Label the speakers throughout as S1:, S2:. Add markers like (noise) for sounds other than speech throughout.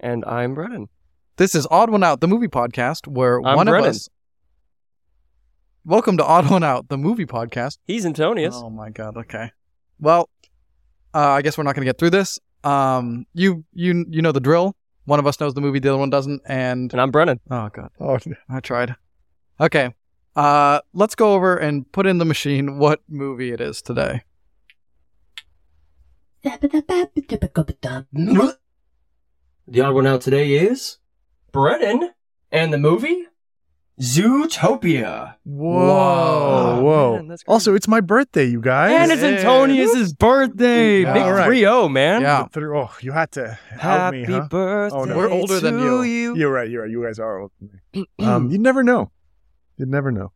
S1: And I'm Brennan.
S2: This is Odd One Out, the movie podcast, where
S1: I'm
S2: one
S1: Brennan.
S2: of us. Welcome to Odd One Out, the movie podcast.
S1: He's Antonius.
S2: Oh my god. Okay. Well, uh, I guess we're not going to get through this. Um, you you you know the drill. One of us knows the movie, the other one doesn't, and
S1: And I'm Brennan.
S2: oh god,
S3: (laughs) Oh,
S2: I tried. Okay. Uh, let's go over and put in the machine what movie it is today.
S4: The odd one out today is Brennan and the movie Zootopia.
S3: whoa,
S2: Oh,
S3: whoa!
S1: man, that's crazy.
S3: also, it's my birthday, you guys.
S1: And it's
S2: Yeah.
S1: Antonius's birthday.
S2: Yeah.
S1: Big
S3: All right.
S1: 3 0, man.
S2: Yeah.
S3: Through- Oh, you had to out
S1: Happy
S3: me, huh?
S1: birthday.
S3: Oh, no.
S2: We're older than you.
S1: to
S3: You're right. You're right. You guys are old.
S1: (clears throat)
S3: Um, you'd never know. You'd never know.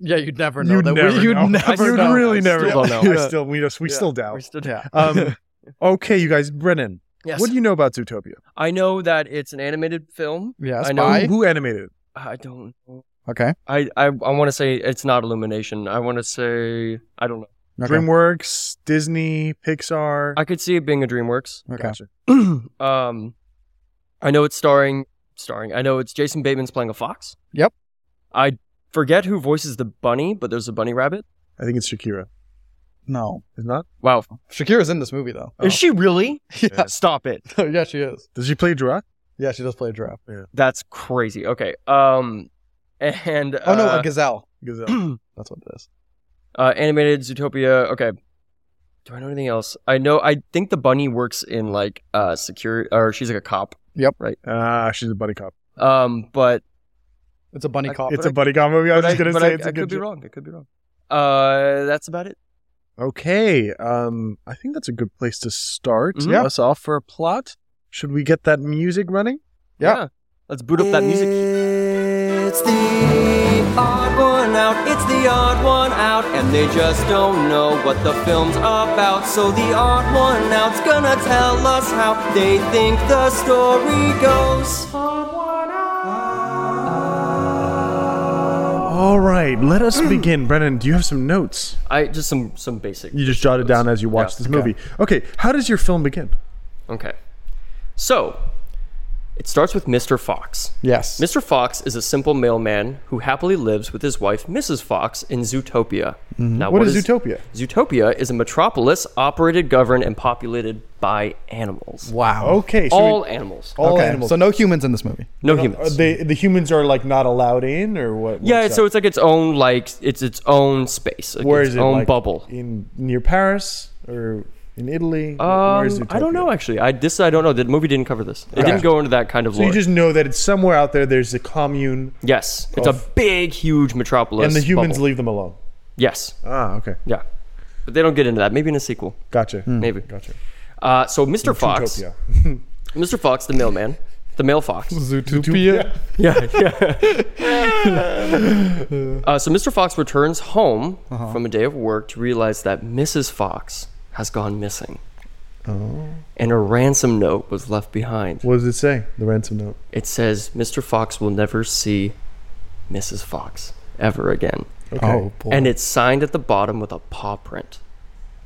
S2: Yeah, you'd never know
S3: You'd
S2: that.
S3: never
S2: we, you'd (laughs)
S3: know.
S2: never
S3: you'd
S2: know.
S3: really never
S1: Still
S3: know.
S1: don't know.
S3: I still, we just, we
S2: Yeah.
S3: still
S2: We
S3: doubt.
S2: still-
S3: (laughs)
S2: yeah.
S3: Um, okay, you guys. Brennan,
S1: Yes.
S3: what do you know about Zootopia?
S1: I know that it's an animated film.
S2: Yeah,
S1: I
S2: spy.
S1: know.
S3: Who, who animated it?
S1: I don't know.
S2: Okay.
S1: I, I, I want to say it's not Illumination. I want to say, I don't know.
S2: Okay.
S3: DreamWorks, Disney, Pixar.
S1: I could see it being a DreamWorks.
S2: okay.
S3: Gotcha.
S1: (clears throat) um, I know it's starring, starring, I know it's Jason Bateman's playing a fox.
S2: Yep.
S1: I forget who voices the bunny, but there's a bunny rabbit.
S3: I think it's Shakira.
S2: No.
S3: Is it not?
S1: Wow.
S2: Shakira's in this movie though. Oh,
S1: Is she really?
S3: Oh.
S2: (laughs)
S1: (laughs)
S3: Yeah.
S1: Stop it.
S2: yeah, she is.
S3: Does she play Dura?
S2: Yeah, she does play a giraffe.
S1: That's crazy. Okay. Um, and
S2: Oh no,
S1: uh,
S2: a gazelle.
S1: (clears throat)
S3: Gazelle.
S2: That's what it is.
S1: uh, animated Zootopia. Okay. Do I know anything else? I know. I think the bunny works in like uh security, or she's like a cop.
S3: Ah, she's a buddy cop.
S1: Um, but
S2: It's a bunny
S1: I-
S2: cop.
S3: It's a buddy cop movie. I was
S1: Oh, but
S3: just
S1: (laughs)
S3: gonna
S1: but
S3: say
S1: I,
S3: it's
S1: I
S3: a good.
S1: could be
S3: jo-
S1: wrong. I could be wrong. Uh, that's about it.
S3: Okay. Um, I think that's a good place to start
S1: Mhm.
S2: Yeah.
S3: us off for a plot. Should we get that music running?
S2: Yeah.
S1: Let's boot up that music.
S5: It's the odd one out, it's the odd one out, and they just don't know what the film's about. So the odd one out's gonna tell us how they think the story goes.
S3: All right. Let us begin. Brennan, do you have some notes?
S1: I just some some basic.
S3: You just jotted down as you watched this movie. Okay. How does your film begin?
S1: Okay. So it starts with Mr. Fox.
S2: yes.
S1: Mr. Fox is a simple mailman who happily lives with his wife, Mrs. Fox, in Zootopia. Now,
S3: Mm-hmm. What is Zootopia?
S1: Zootopia is a metropolis operated, governed, and populated by animals.
S2: wow.
S3: Okay. So
S1: All
S3: we-
S1: animals.
S3: Oh. all
S2: okay.
S3: animals.
S2: So no humans in this movie.
S1: no
S3: Are
S1: humans.
S3: they the humans are like not allowed in or what?
S1: yeah,
S3: what's
S1: so
S3: up?
S1: it's like its own like it's its own space, like
S3: where
S1: its
S3: is it?
S1: own
S3: like,
S1: bubble.
S3: in near Paris or in Italy. Where is
S1: Um, I don't
S3: Zootopia?
S1: know actually. I this I don't know. The movie didn't cover this. It didn't go into that kind of
S3: So
S1: lore.
S3: you just know that it's somewhere out there. There's a commune,
S1: yes, it's a big, huge metropolis.
S3: and the humans
S1: bubble.
S3: leave them alone.
S1: Yes,
S3: Ah, okay,
S1: yeah, but they don't get into that. Maybe in a sequel.
S3: gotcha.
S1: Maybe.
S3: Gotcha.
S1: Uh, so Mr. Fox,
S3: Oh Zootopia.
S1: Mr. Fox, the mailman, the mail
S3: (laughs)
S1: fox.
S2: Zootopia.
S1: yeah, (laughs) yeah. uh, so Mr. Fox returns home from a day of work to realize that Mrs. Fox has gone missing. And a ransom note was left behind.
S3: What does it say? The ransom note.
S1: It says Mr. Fox will never see Mrs. Fox ever again.
S3: Okay.
S2: Oh boy.
S1: And it's signed at the bottom with a paw print.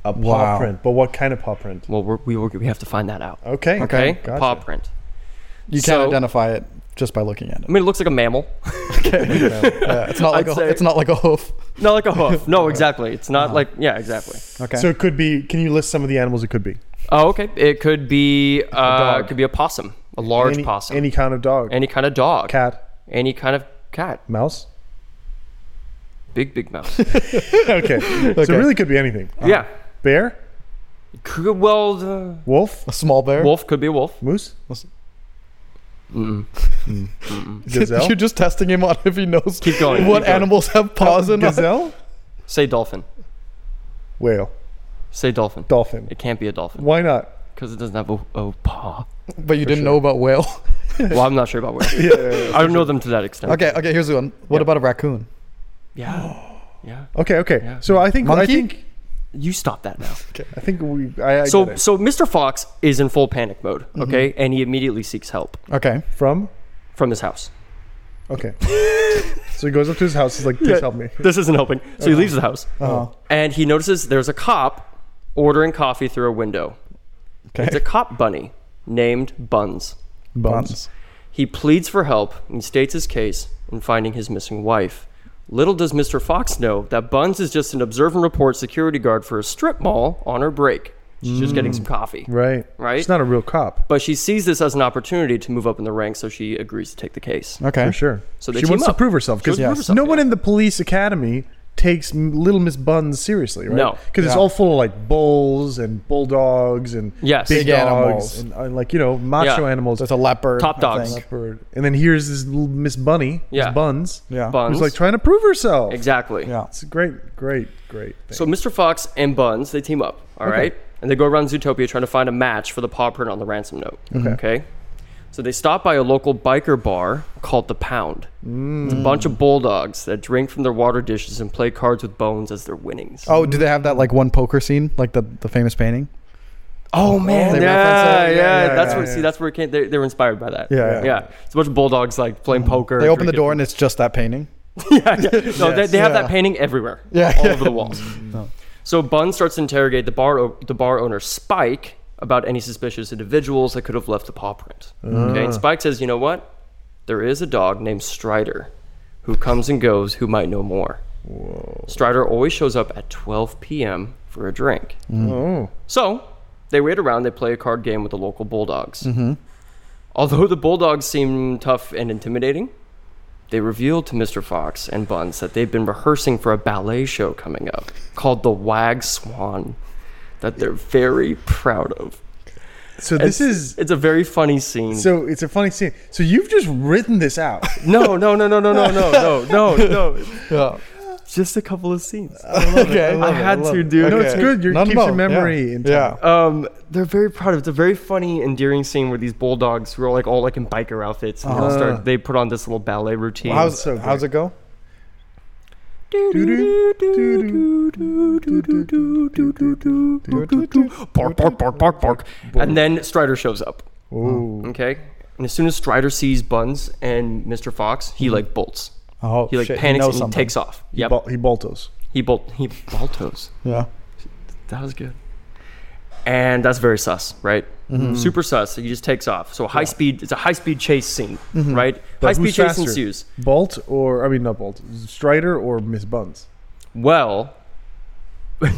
S3: a paw
S2: Wow.
S3: print. But what kind of paw print?
S1: Well, we're, we, we have to find that out.
S3: Okay.
S1: Okay? A
S3: Gotcha.
S1: paw print.
S2: you can't
S1: so-
S2: identify it just by looking at it.
S1: I mean, it looks like a mammal. (laughs)
S2: Yeah, it's not like
S1: I'd
S2: a,
S1: say-
S2: it's not like a hoof.
S1: not like a hoof. No, exactly. It's not like, yeah, exactly.
S2: Okay.
S3: So it could be. Can you list some of the animals it could be?
S1: Oh, okay. It could be uh,
S3: dog.
S1: it could be a possum, a large
S3: any,
S1: possum, any,
S3: Any kind of dog.
S1: kind of dog,
S3: cat.
S1: any kind of cat,
S3: Mouse. (laughs)
S1: big big mouse.
S3: okay. So it really could be anything.
S1: yeah.
S3: Bear.
S1: Could, well, the
S3: Wolf.
S2: a small bear. (laughs)
S1: wolf could be a wolf.
S3: Moose.
S1: Mm-mm.
S2: (laughs)
S3: Gazelle.
S2: You're just testing him on if he knows
S1: Keep going,
S2: (laughs) what
S1: keep going.
S2: animals Oh, have paws in them.
S3: Gazelle.
S1: Say dolphin.
S3: Whale.
S1: Say dolphin.
S3: Dolphin.
S1: It can't be a dolphin
S3: Why not?
S1: because it doesn't have a, a paw.
S2: But you didn't know about whale. (laughs)
S1: Well, I'm not sure about whales.
S3: Yeah. yeah, yeah.
S1: I don't know them to that extent.
S2: Okay, okay, here's the one. What about a raccoon?
S1: Yeah. Yeah.
S3: Okay. Okay.
S1: Yeah.
S3: So I think. I
S2: Monkey?
S3: think.
S1: You stop that now.
S3: I think we. I, I
S1: So
S3: get it.
S1: so Mr. Fox is in full panic mode, okay? And he immediately seeks help
S2: Okay.
S3: from.
S1: from his house.
S3: Okay. so he goes up to his house. He's like, "Please
S6: (laughs)
S3: help me."
S1: This isn't helping. So he leaves the house.
S2: Uh-huh.
S1: and he notices there's a cop ordering coffee through a window.
S3: (laughs)
S2: Okay.
S1: It's a cop bunny named Buns.
S3: Buns.
S1: He pleads for help and states his case in finding his missing wife. Little does Mr. Fox know that Buns is just an observe and report security guard for a strip mall on her break. She's just getting some coffee.
S3: Right.
S1: Right?
S3: It's not a real cop.
S1: But she sees this as an opportunity to move up in the ranks, so she agrees to take the case.
S6: Okay.
S3: For sure.
S1: So they
S3: she
S1: team
S3: wants
S1: up.
S3: to prove herself
S1: She wants
S3: because
S1: to prove herself,
S3: no one
S1: yeah.
S3: in the police academy takes M- Little Miss Buns seriously, right?
S1: No.
S3: because it's
S6: Yeah.
S3: all full of like bulls and bulldogs and
S1: Yes.
S3: big
S1: Big
S6: animals.
S3: dogs and, uh, like you know macho
S1: Yeah.
S3: animals.
S6: There's a leopard.
S1: Top
S6: I
S1: dogs.
S6: think.
S3: leopard. And then here's this little Miss Bunny,
S1: Yeah.
S3: Miss Buns,
S6: Yeah.
S1: Buns.
S3: who's like trying to prove herself.
S1: exactly.
S6: Yeah.
S3: It's a great, great, great thing.
S1: So Mr. Fox and Buns, they team up, all right, And they go around Zootopia trying to find a match for the paw print on the ransom note. Okay. So they stop by a local biker bar called The Pound. It's a bunch of bulldogs that drink from their water dishes and play cards with bones as their winnings.
S6: Oh, do they have that like one poker scene, like the the famous painting?
S1: Oh, man,
S6: they
S1: yeah, yeah,
S6: reference it?
S3: Yeah, yeah,
S1: That's
S3: yeah,
S1: where
S3: yeah.
S1: see that's where it came. They, they were inspired by that.
S6: Yeah, yeah.
S1: yeah. It's a bunch of bulldogs like playing poker.
S6: They open the
S1: drinking.
S6: door and it's just that
S1: (laughs)
S6: painting.
S1: No, they, they have
S6: Yeah.
S1: that painting everywhere.
S6: Yeah.
S1: all over the walls. So Bun starts to interrogate the bar o- the bar owner Spike about any suspicious individuals that could have left the paw print. Okay, and Spike says, "You know what? There is a dog named Strider, who comes and goes, who might know more. Strider always shows up at 12 p.m. for a drink.
S3: oh,
S1: So they wait around. They play a card game with the local bulldogs. Although the bulldogs seem tough and intimidating, they reveal to Mr. Fox and Buns that they've been rehearsing for a ballet show coming up called the Wag Swan, that they're very proud of.
S3: so this is
S1: It's a very funny scene.
S3: so it's a funny scene. So you've just written this out.
S1: no, no, no, no, no, no, no, no, no,
S3: (laughs)
S1: no.
S6: Yeah.
S1: Just a couple of scenes.
S6: okay.
S1: I had to, dude.
S3: No, it's good. You're,
S6: None
S3: keeps
S6: more.
S3: your memory intact.
S6: Yeah.
S1: Um, they're very proud of. It's a very funny, endearing scene where these bulldogs who are like all like in biker outfits and they all start. They put on this little ballet routine.
S6: How's
S3: so
S6: how's it go?
S1: bark, bark, bark, bark, bark, and then Strider shows up.
S3: Ooh.
S1: Okay, and as soon as Strider sees Buns and Mr. Fox, he like bolts.
S6: Oh,
S1: He like
S6: shit,
S1: panics
S6: knows
S1: and he
S6: something.
S1: takes off. Yep,
S3: Bal- he boltos.
S1: he bolt. He boltos.
S6: Yeah.
S1: That was good. And that's very sus, right?
S6: Mm-hmm.
S1: Super sus. He just takes off. So high speed. It's a high speed chase scene,
S6: Mm-hmm.
S1: right? high speed
S3: who's
S1: chase
S3: faster?
S1: ensues.
S3: Bolt or I mean not Bolt. Strider or Miss Buns.
S1: Well, (laughs)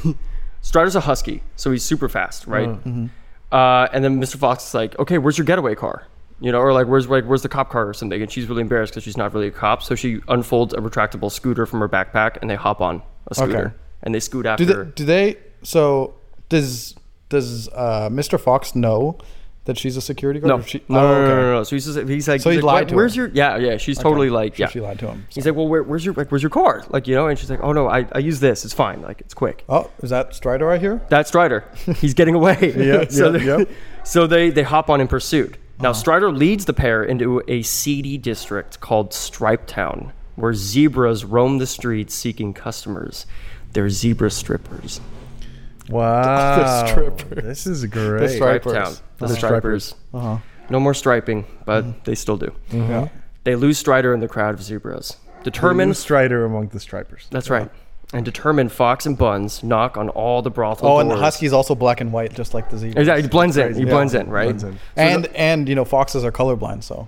S1: Strider's a husky, so he's super fast, right?
S6: Mm-hmm.
S1: Uh, and then Mr. Fox is like, "Okay, where's your getaway car?" You know, or like, "Where's like, where's the cop car or something?" And she's really embarrassed because she's not really a cop, so she unfolds a retractable scooter from her backpack, and they hop on a scooter,
S6: Okay.
S1: and they scoot
S6: Do
S1: after.
S6: they, do they? So does does uh, Mr. Fox know that she's a security guard?
S1: no,
S6: Or she,
S1: no,
S6: oh,
S1: no, no,
S6: okay.
S1: no, no, no. So he's just, he's like,
S6: So
S1: he's
S6: he
S1: like,
S6: lied
S1: "What-
S6: to
S1: where's
S6: her.
S1: your? Yeah, yeah. She's totally like,
S6: She-
S1: yeah.
S6: She lied to him.
S1: He's like, well, where, where's your like, where's your car? Like, you know, and she's like, oh no, I, I use this. It's fine. Like, it's quick.
S6: oh, is that Strider right here?
S1: That's Strider. He's getting
S6: (laughs)
S1: away.
S3: Yeah,
S1: (laughs) so
S3: yeah,
S1: they,
S3: yep.
S1: so they they hop on in pursuit.
S6: Uh-huh.
S1: Now Strider leads the pair into a seedy district called Stripe Town, where zebras roam the streets seeking customers. They're zebra strippers.
S3: (laughs) Wow.
S6: strippers.
S3: This is great.
S6: The stripe- Stripers. Uh-huh.
S1: Town. The
S3: The
S1: stripers.
S6: Uh huh.
S1: No more striping, but
S6: Mm-hmm.
S1: they still do.
S6: Yeah.
S1: They lose Strider in the crowd of zebras.
S3: Herman
S1: Determined.
S3: Strider among the stripers.
S1: That's right. And determined, Fox and Buns knock on all the brothel
S6: Oh,
S1: doors.
S6: and the Husky's also black and white, just like the zebra.
S1: Exactly. He blends in. He blends in, right?
S3: Blends in.
S6: And and you know foxes are colorblind, so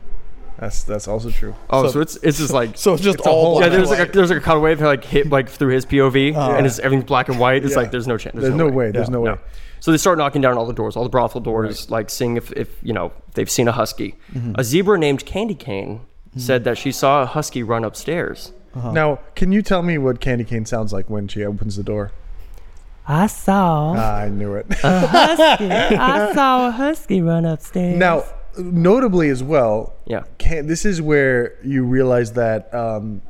S3: That's that's also true.
S1: Oh,
S6: So-
S1: so, it's it's just like
S6: so it's just
S3: a
S6: all
S3: whole-
S6: black and
S1: yeah. There's
S6: white. Uh-huh.
S1: like a, there's like a cutaway of like hit like through his POV, and it's everything black and white. It's
S3: Yeah.
S1: like there's no chance.
S3: There's, no, way. There's
S6: Yeah.
S3: no way.
S1: No. So they start knocking down all the doors, all the brothel doors, like seeing if if you know they've seen a husky.
S6: Mm-hmm.
S1: A zebra named Candy Cane said that she saw a husky run upstairs.
S3: Now, can you tell me what Candy Cane sounds like when she opens the door?
S7: I saw
S3: (laughs) I knew it.
S7: a husky. I saw a husky run upstairs.
S3: now, notably as well,
S1: Yeah.
S3: can, this is where you realize that um,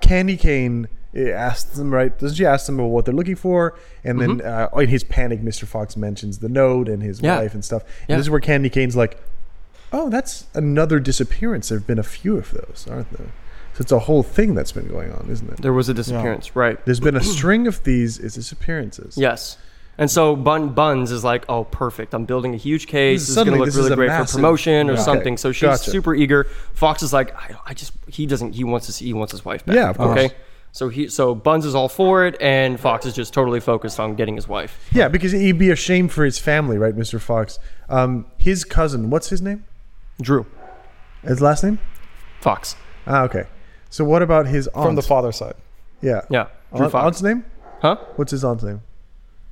S3: Candy Cane eh, asks them right. Doesn't she ask them about what they're looking for? And then uh, in his panic, Mr. Fox mentions the note and his
S1: Mm-hmm. Yeah.
S3: wife and stuff. And
S1: Yeah.
S3: this is where Candy Cane's like, "Oh, that's another disappearance. There've been a few of those, aren't there?" So it's a whole thing that's been going on, isn't it?
S1: There was a disappearance, right?
S3: There's
S1: (clears throat)
S3: been a string of these it's disappearances.
S1: Yes. And so Bun Buns is like, oh, perfect. I'm building a huge case. This is going
S3: Suddenly
S1: to look
S3: this is
S1: really
S3: a
S1: great for
S3: massive-
S1: promotion or
S3: Okay,
S1: something. So she's
S3: gotcha.
S1: super eager. Fox is like, I, I just he doesn't he wants to see he wants his wife back.
S3: Yeah, of course.
S1: Okay. So he so Buns is all for it, and Fox is just totally focused on getting his wife.
S3: Yeah, because it'd be a shame for his family, right, Mr. Fox? Um, his cousin, what's his name?
S1: Drew
S3: His last name?
S1: Fox.
S3: Ah, okay. So what about his aunt?
S6: from the father's
S1: (laughs)
S6: side.
S3: yeah.
S1: Yeah. Drew
S3: Aunt,
S1: Fox.
S3: aunt's name?
S1: Huh?
S3: What's his aunt's name?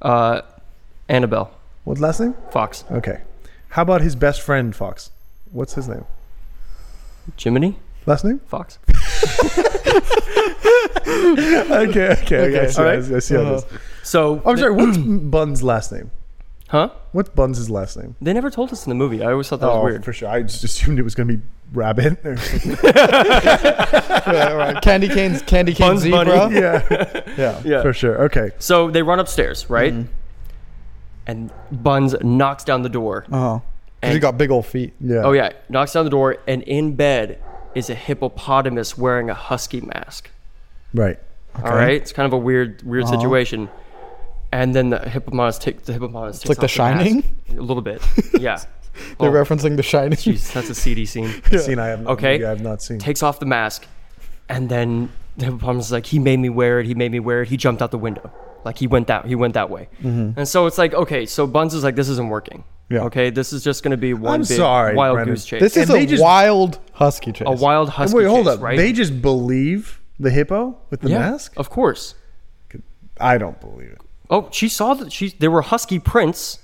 S1: Uh, Annabelle
S3: What's last name?
S1: Fox.
S3: Okay. How about his best friend Fox? What's his name?
S1: Jiminy
S3: Last name?
S1: Fox.
S3: (laughs) Okay, okay, Uh-huh. okay. I see,
S1: All
S3: I
S1: right.
S3: see- I see how this.
S1: So
S3: I'm sorry. (clears throat) What's Bun's last name?
S1: Huh?
S3: What's Bun's last name?
S1: They never told us in the movie. I always thought that was weird.
S3: Oh, for sure. I just assumed it was going to be Rabbit.
S6: Yeah, right. Candy canes, candy cane
S1: Buns
S6: zebra.
S1: Bunny.
S3: (laughs) yeah. (laughs) yeah,
S1: Yeah.
S3: for sure. Okay.
S1: So they run upstairs, right?
S6: Mm-hmm.
S1: And Buns knocks down the door.
S6: Oh, because
S1: And-
S6: you got big old feet.
S3: Yeah.
S1: Oh yeah, knocks down the door, and in bed is a hippopotamus wearing a husky mask.
S3: Right.
S1: All right, it's kind of a weird, weird
S6: Uh-huh.
S1: situation. And then the hippopotamus take the hippopotamus. It's
S6: like The Shining?
S1: a
S6: (laughs)
S1: little bit. Yeah.
S6: They're
S1: Oh,
S6: referencing The Shining.
S1: jeez, that's a seedy scene.
S3: Scene I have.
S1: Okay.
S3: movie I have not seen.
S1: Takes off the mask, and then the hippopotamus is like, "He made me wear it. He made me wear it. He jumped out the window. Like he went that. He went that way." And so it's like, okay, so Buns is like, "This isn't working.
S3: Mm-hmm. Yeah.
S1: Okay, this is just going to be one
S3: I'm
S1: big
S3: sorry,
S1: wild
S3: Brennan.
S1: goose chase.
S6: (laughs) This
S3: And
S6: is
S3: they
S6: a
S3: just-
S6: wild husky chase.
S1: a wild husky.
S3: Wait, hold
S1: chase,
S3: up.
S1: Right?
S3: They just believe the hippo with the
S1: yeah,
S3: mask?
S1: Of course.
S3: I don't believe it.
S1: Oh, she saw that she there were husky prints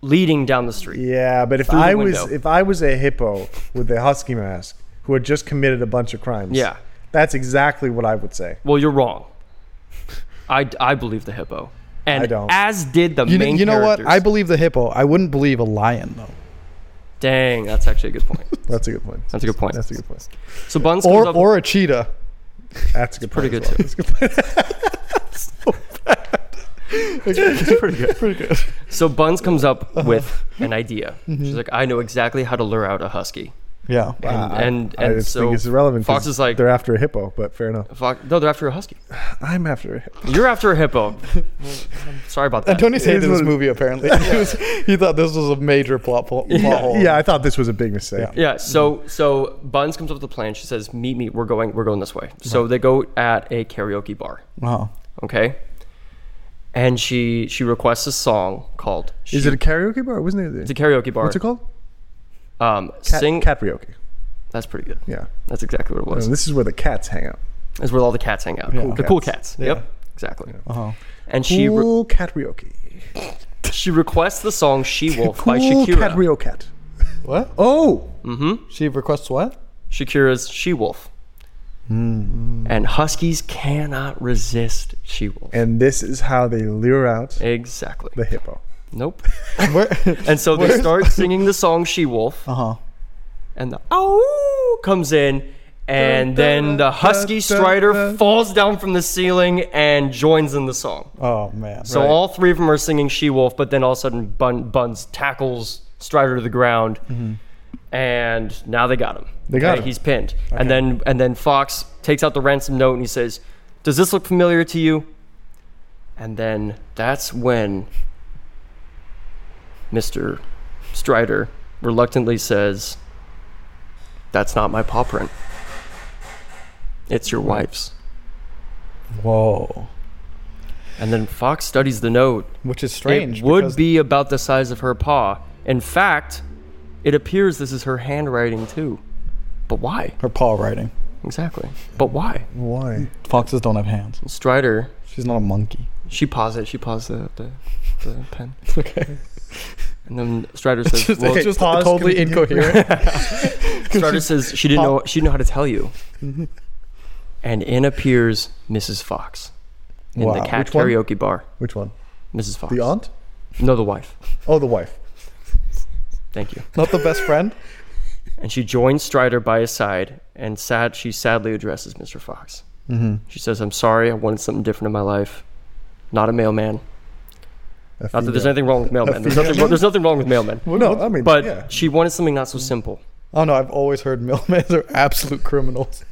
S1: leading down the street.
S3: Yeah, but if
S1: the
S3: I was
S1: window.
S3: if I was a hippo with a husky mask who had just committed a bunch of crimes,
S1: Yeah.
S3: that's exactly what I would say.
S1: Well, you're wrong. I, I believe the hippo, and
S3: I don't.
S1: as did the
S6: You, kn-
S1: main.
S6: you know what? I
S1: characters.
S6: believe the hippo. I wouldn't believe a lion though,
S1: Dang, that's actually a good point.
S3: That's a good point.
S1: That's a good point.
S3: That's a good point.
S1: So
S3: (laughs)
S1: Buns comes
S6: or
S1: up.
S6: or a
S1: (laughs)
S6: cheetah.
S3: That's a good
S1: pretty
S3: point.
S1: good
S3: as well.
S1: too.
S3: That's a good point.
S6: pretty good. Pretty good.
S1: (laughs) So Buns comes up with an idea. She's like, I know exactly how to lure out a husky. (laughs)
S6: Yeah.
S1: And
S3: I-
S1: and,
S3: I
S1: and
S3: just
S1: so
S3: think it's irrelevant. 'cause
S1: Fox is like,
S3: they're after a hippo, but
S1: (sighs)
S3: fair enough.
S1: Fox, no, they're after a husky.
S3: I'm after a hippo.
S1: You're after a (laughs) hippo. Uh, e- Sorry about that.
S6: Tony's hated
S3: is
S6: this
S3: what-
S6: movie
S1: (laughs)
S6: apparently. he, was, (laughs) he thought this was a major plot, po- plot hole.
S3: (laughs) Yeah, I thought this was a big mistake.
S1: Yeah. So so Buns comes up with a plan. She says, "Meet me. We're going. We're going this way." So they go at a karaoke bar.
S6: Oh.
S1: Okay. And she she requests a song called.
S3: Is
S1: She-
S3: it a karaoke bar? Wasn't it?
S1: It's a karaoke bar.
S3: What's it called?
S1: Um,
S3: Cat,
S1: sing.
S3: Caprioke.
S1: That's pretty good.
S3: Yeah.
S1: That's exactly what it was.
S3: And this is where the cats hang out.
S1: Is where all the cats hang out. Oh, the cool cats. Yep. Exactly.
S6: Uh-huh.
S1: And she re-
S3: Cool Caprioke.
S1: she requests the song "She Wolf" by
S3: Cool
S1: Shakira.
S3: Cat Rio Cat.
S6: What?
S3: Oh,
S6: She requests what?
S1: Shakira's "She Wolf." And huskies cannot resist she wolf.
S3: and this is how they lure out
S1: Exactly.
S3: the hippo.
S1: Nope. (laughs)
S6: Where?
S1: (laughs) And so they
S6: Where's-
S1: start singing the song She Wolf,
S6: uh huh.
S1: and the oh comes in, and then the husky strider falls down from the ceiling and joins in the song.
S6: Oh man.
S1: So all three of them are singing She Wolf, but then all of a sudden Bun, Buns tackles Strider to the ground, and now they got him.
S3: Mm-hmm. They got him.
S1: He's pinned, and then and then Fox takes out the ransom note and he says, "Does this look familiar to you?" And then that's when Mister Strider reluctantly says, "That's not my paw print. It's your wife's."
S6: Whoa.
S1: And then Fox studies the note
S6: Which is strange.
S1: It would
S6: because-
S1: be about the size of her paw. In fact, it appears this is her handwriting too. But why?
S6: her paw writing.
S1: Exactly. But why?
S3: Why?
S6: Foxes don't have hands.
S1: Strider,
S6: She's not a monkey.
S1: she paused it. She paused the, the, the
S3: (laughs)
S1: pen.
S6: Okay.
S1: And then Strider says,
S6: just,
S1: (laughs) well,
S6: it's just
S3: pause, (laughs)
S6: totally
S3: continue.
S6: incoherent.
S1: (laughs)
S2: (laughs)
S1: Strider says she didn't know she didn't know how to tell you.
S3: Mm-hmm.
S1: And in appears Mrs. Fox in
S3: Wow.
S1: the cat
S3: Which one?
S1: karaoke bar.
S3: Which one?
S1: Mrs. Fox.
S3: The aunt?
S1: No, the wife.
S3: Oh, the wife.
S1: Thank you.
S6: not the best friend.
S1: and she joins Strider by his side, and sad she sadly addresses Mr. Fox. Mm-hmm. She says, "I'm sorry. I wanted something different in my life. Not a mailman.
S3: A
S1: Not that there's
S3: female.
S1: anything wrong with mailmen. There's nothing. wrong- There's nothing wrong with mailmen.
S3: Well, no, I mean,
S1: But
S3: yeah.
S1: she wanted something not so simple.
S6: Oh no, I've always heard milkmaids are absolute
S2: (laughs)
S6: criminals.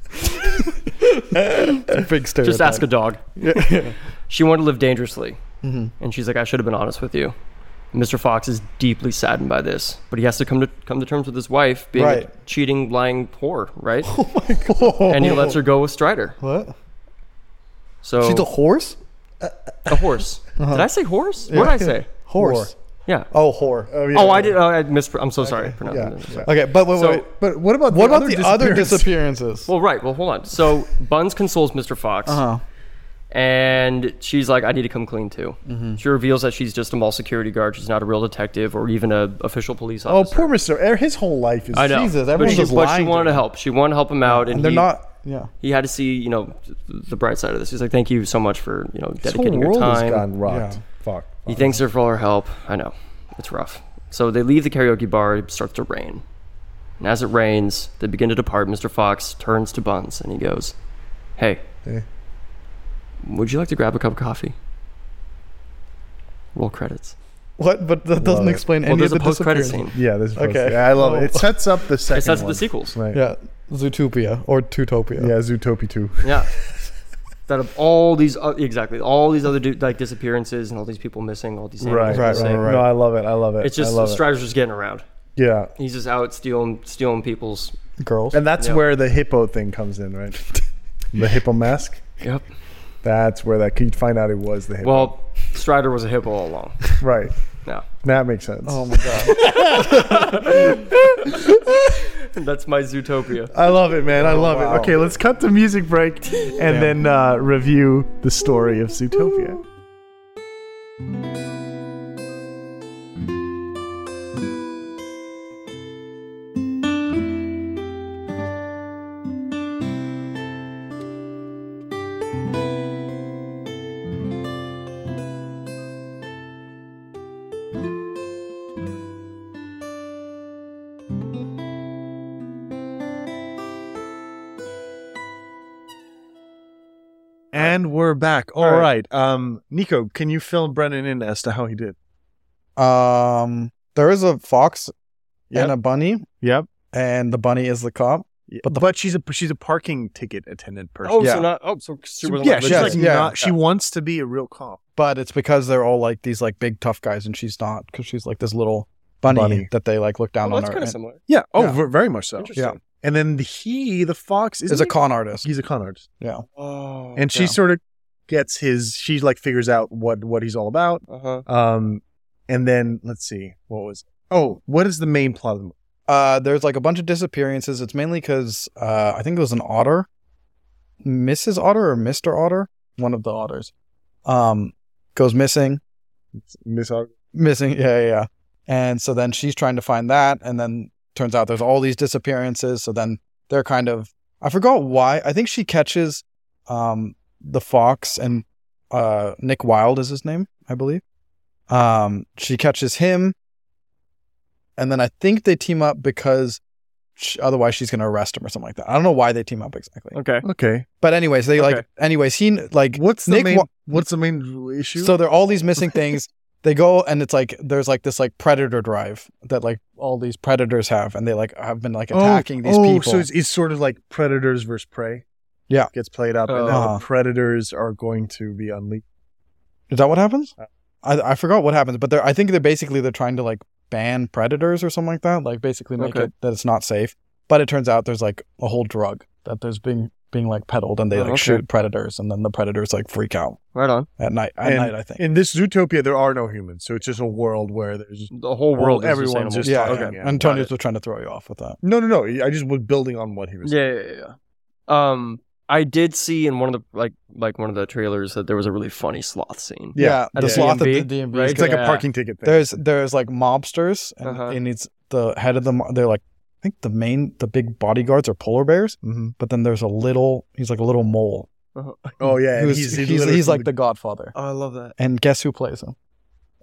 S6: It's a Big stereotype.
S1: Just ask a dog.
S2: (laughs)
S1: she wanted to live dangerously, and she's like, "I should have been honest with you." And Mr. Fox is deeply saddened by this, but he has to come to come to terms with his wife being a
S6: Right.
S1: cheating, lying whore, right?
S2: Oh
S6: Whoa.
S1: and he lets her go with Strider.
S6: What?
S1: So
S6: She's a horse.
S2: (laughs)
S1: a horse. Did I say horse? What did I say?
S6: Horse.
S1: Yeah.
S2: Oh, whore.
S3: Oh, yeah.
S1: Oh, I did. Oh, I mispr- I'm so sorry. for not-
S3: Yeah.
S2: Okay, but wait, wait.
S3: But what about
S2: What about the other
S3: disappearance?
S2: disappearances?
S1: Well, right. Well, hold on. So Buns consoles Mr. Fox,
S6: Uh-huh.
S1: and she's like, "I need to come clean too." She reveals that she's just a mall security guard. She's not a real detective or even a official police
S3: Oh,
S1: officer.
S3: poor Mister. His whole life is.
S1: I know.
S2: Jesus,
S1: but
S2: everyone's
S1: she,
S2: just
S1: but she
S2: lying to
S1: wanted to help. She wanted to help him out, and,
S2: They're
S1: he,
S2: not. Yeah.
S1: He had to see, you know, th- the bright side of this. He's like, "Thank you so much for, you know,
S3: His whole
S1: dedicating your
S3: world has
S1: time."
S3: gone rocked. Fuck.
S1: He thanks her for all her help. I know. It's rough. So they leave the karaoke bar. It starts to rain. And as it rains, they begin to depart. Mr. Fox turns to Buns and he goes, Hey,
S3: Hey.
S1: would you like to grab a cup of coffee? Roll credits.
S2: What? But that doesn't
S3: Well,
S2: explain
S1: Well,
S2: any of
S1: there's
S2: the
S1: a post credit
S2: disappearances.
S1: scene.
S3: Yeah, this.
S2: Okay.
S3: Okay. Yeah, I love it. It
S2: Oh.
S3: sets up the second.
S1: It sets up
S3: one.
S1: the sequels.
S3: Right.
S2: Yeah, Zootopia or Tutopia.
S3: Yeah, Zootopia 2.
S1: Yeah. that of all these, o- exactly, all these other du- like disappearances and all these people missing, all these animals
S3: Right, right,
S1: missing.
S2: right, right.
S3: No, I love it. I love it.
S1: It's
S3: I
S1: just
S3: love it.
S1: Strider's just getting around.
S3: Yeah.
S1: He's just out stealing stealing people's.
S2: Girls.
S3: And that's
S1: Yeah.
S3: where the hippo thing comes in, right? (laughs) the hippo mask.
S1: Yep.
S3: That's where that you'd find out it was the hippo.
S1: Well, Strider was a hippo all along. (laughs)
S3: right.
S1: Yeah.
S3: That makes sense.
S2: oh my god.
S1: That's my Zootopia.
S3: I love it, man. I love
S2: wow.
S3: it. Okay, let's cut the music break and then uh, review the story of Zootopia. And we're back. All right. Um, Nico, can you fill Brennan in as to how he did?
S2: Um, there is a fox
S3: Yep.
S2: and a bunny,
S3: Yep.
S2: and the bunny is the cop.
S3: But, she's a she's a parking ticket attendant person.
S1: Oh,
S2: Yeah.
S1: so not. Oh, so she
S3: So-
S1: was
S3: yeah,
S1: like,
S3: she's
S2: yeah,
S3: like
S2: yeah.
S3: not. She wants to be a real cop.
S2: But it's because they're all like these like big tough guys, and she's not because she's like this little bunny,
S3: Bunny.
S2: that they like look
S1: Oh,
S2: down on
S1: that's
S2: her.
S1: kind of
S2: and-
S1: similar.
S3: Yeah. Oh,
S2: Yeah.
S3: ver- very much so.
S1: Interesting.
S2: yeah.
S3: And then he, the fox,
S2: Is a con artist.
S3: He's a con artist.
S1: Oh,
S3: and she sort of gets his she like figures out what what he's all about
S1: Uh huh.
S3: um and then let's see what was oh what is the main plot of the movie
S2: Uh, there's like a bunch of disappearances. It's mainly because uh, I think it was an otter, Mrs. Otter or Mister Otter, one of the otters, um, goes missing.
S3: miss Aug-
S2: missing (laughs) yeah yeah, yeah and so then she's trying to find that and then turns out there's all these disappearances so then they're kind of i forgot why i think she catches um the fox and uh nick wilde is his name i believe um she catches him and then i think they team up because sh otherwise she's going to arrest him or something like that i don't know why they team up exactly
S1: Okay.
S3: okay
S2: but anyways they like
S1: Okay.
S2: anyways he like
S3: what's the
S2: Nick
S3: main
S2: wa-
S3: what's the main issue
S2: so there are all these missing
S3: (laughs)
S2: things. they go and it's like there's like this like predator drive that like all these predators have, and they like have been like attacking these
S3: oh,
S2: people.
S3: so it's, it's sort of like predators versus prey
S2: Yeah.
S3: gets played up and then
S2: Uh-huh.
S3: the predators are going to be unleashed
S2: Is that what happens?
S3: Uh,
S2: I, I forgot what happens, but they're I think they're basically they're trying to like ban predators or something like that, like basically make
S1: Okay.
S2: it that it's not safe. But it turns out there's like a whole drug that there's being being like peddled, and they
S1: Oh,
S2: like
S1: okay.
S2: shoot predators, and then the predators like freak out
S1: Right on.
S2: at night. At
S3: And
S2: night, I think.
S3: in this zootopia there are no humans so it's just a world where there's
S1: The whole world. is just
S3: everyone's
S1: animals.
S3: just
S2: yeah,
S3: talking,
S2: yeah.
S3: yeah,
S2: Antonio's
S3: got
S2: was trying to throw you off with that.
S3: no no no i just was building on what he was
S1: Yeah, yeah, yeah, yeah. Um, I did see in one of the like like one of the trailers that there was a really funny sloth scene.
S3: Yeah,
S2: Yeah, the
S1: at
S2: sloth
S1: DMV,
S2: at the DMV.
S1: right?
S2: is
S3: it's like a
S1: Yeah.
S3: parking ticket thing
S2: there's there's like mobsters and,
S1: Uh-huh.
S2: and it's the head of the mo- they're like i think the main the big bodyguards are polar bears
S3: hmm
S2: but then there's a little he's like a little mole
S3: oh yeah and
S2: Who's-
S3: he's,
S2: he's,
S3: he
S2: he's,
S3: literally-
S2: like the godfather
S1: Oh, I love that.
S2: and guess who plays him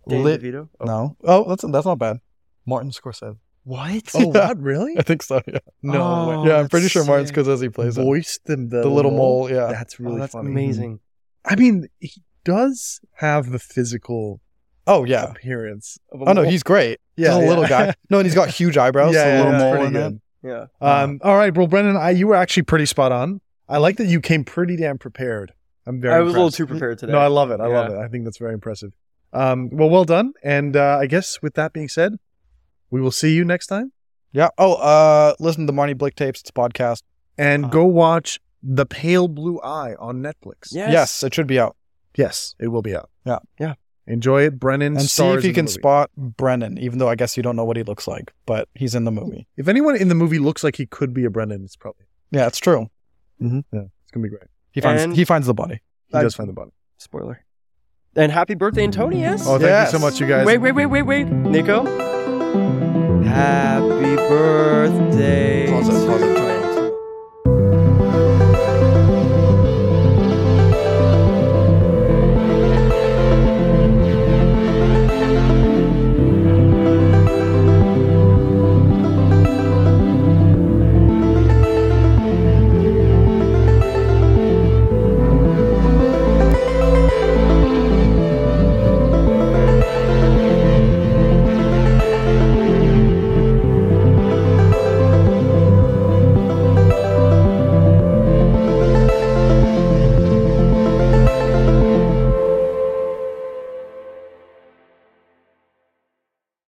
S1: Danny
S2: Lit-
S1: DeVito.
S2: no oh that's that's not bad martin scorsese
S1: What?
S2: (laughs)
S1: (laughs)
S3: oh what really
S2: i think so yeah
S3: No
S1: Oh,
S2: yeah i'm pretty
S1: that's
S2: sure martin
S1: sick.
S2: scorsese plays him.
S3: voiced the, the,
S2: the little mole, yeah
S3: That's really
S1: oh, that's
S3: funny.
S1: amazing.
S3: I mean, he does have the physical
S2: oh yeah
S3: appearance. Of a
S2: oh no
S3: mole.
S2: he's great
S3: Yeah,
S2: he's a
S3: yeah.
S2: little guy no and he's got huge eyebrows yeah,
S3: Yeah, yeah,
S2: a little
S3: that's
S2: mole
S3: pretty
S2: in
S3: good.
S2: it
S1: Yeah.
S3: Um, all right, well, Brendan, I, you were actually pretty spot on. I like that you came pretty damn prepared. I'm very.
S1: I was a little
S3: impressed.
S1: too prepared today.
S3: No, I love it. I love it.
S1: Yeah.
S3: I think that's very impressive. Um, well, well done. And uh, I guess with that being said, we will see you next time.
S2: yeah oh uh listen to the marnie blick tapes it's a podcast
S3: And
S1: Uh-huh.
S3: go watch The Pale Blue Eye on Netflix.
S1: yes.
S2: yes it should be out
S3: Yes, it will be out.
S2: Yeah.
S1: Yeah.
S3: Enjoy it, Brennan.
S2: and see
S3: stars
S2: if you
S3: in the
S2: can
S3: movie.
S2: spot Brennan, even though I guess you don't know what he looks like, but he's in the movie.
S3: If anyone in the movie looks like he could be a Brennan, it's probably
S2: Yeah, it's true.
S1: Mm-hmm.
S3: it's gonna be great.
S2: He finds
S1: And-
S2: he finds the body.
S3: He
S1: I-
S3: does find the body.
S1: Spoiler. And happy birthday, Antonius.
S3: Oh, thank
S2: Yes.
S3: you so much, you guys.
S1: wait, wait, wait, wait, wait, Nico. Happy birthday.
S2: Pause it, pause it.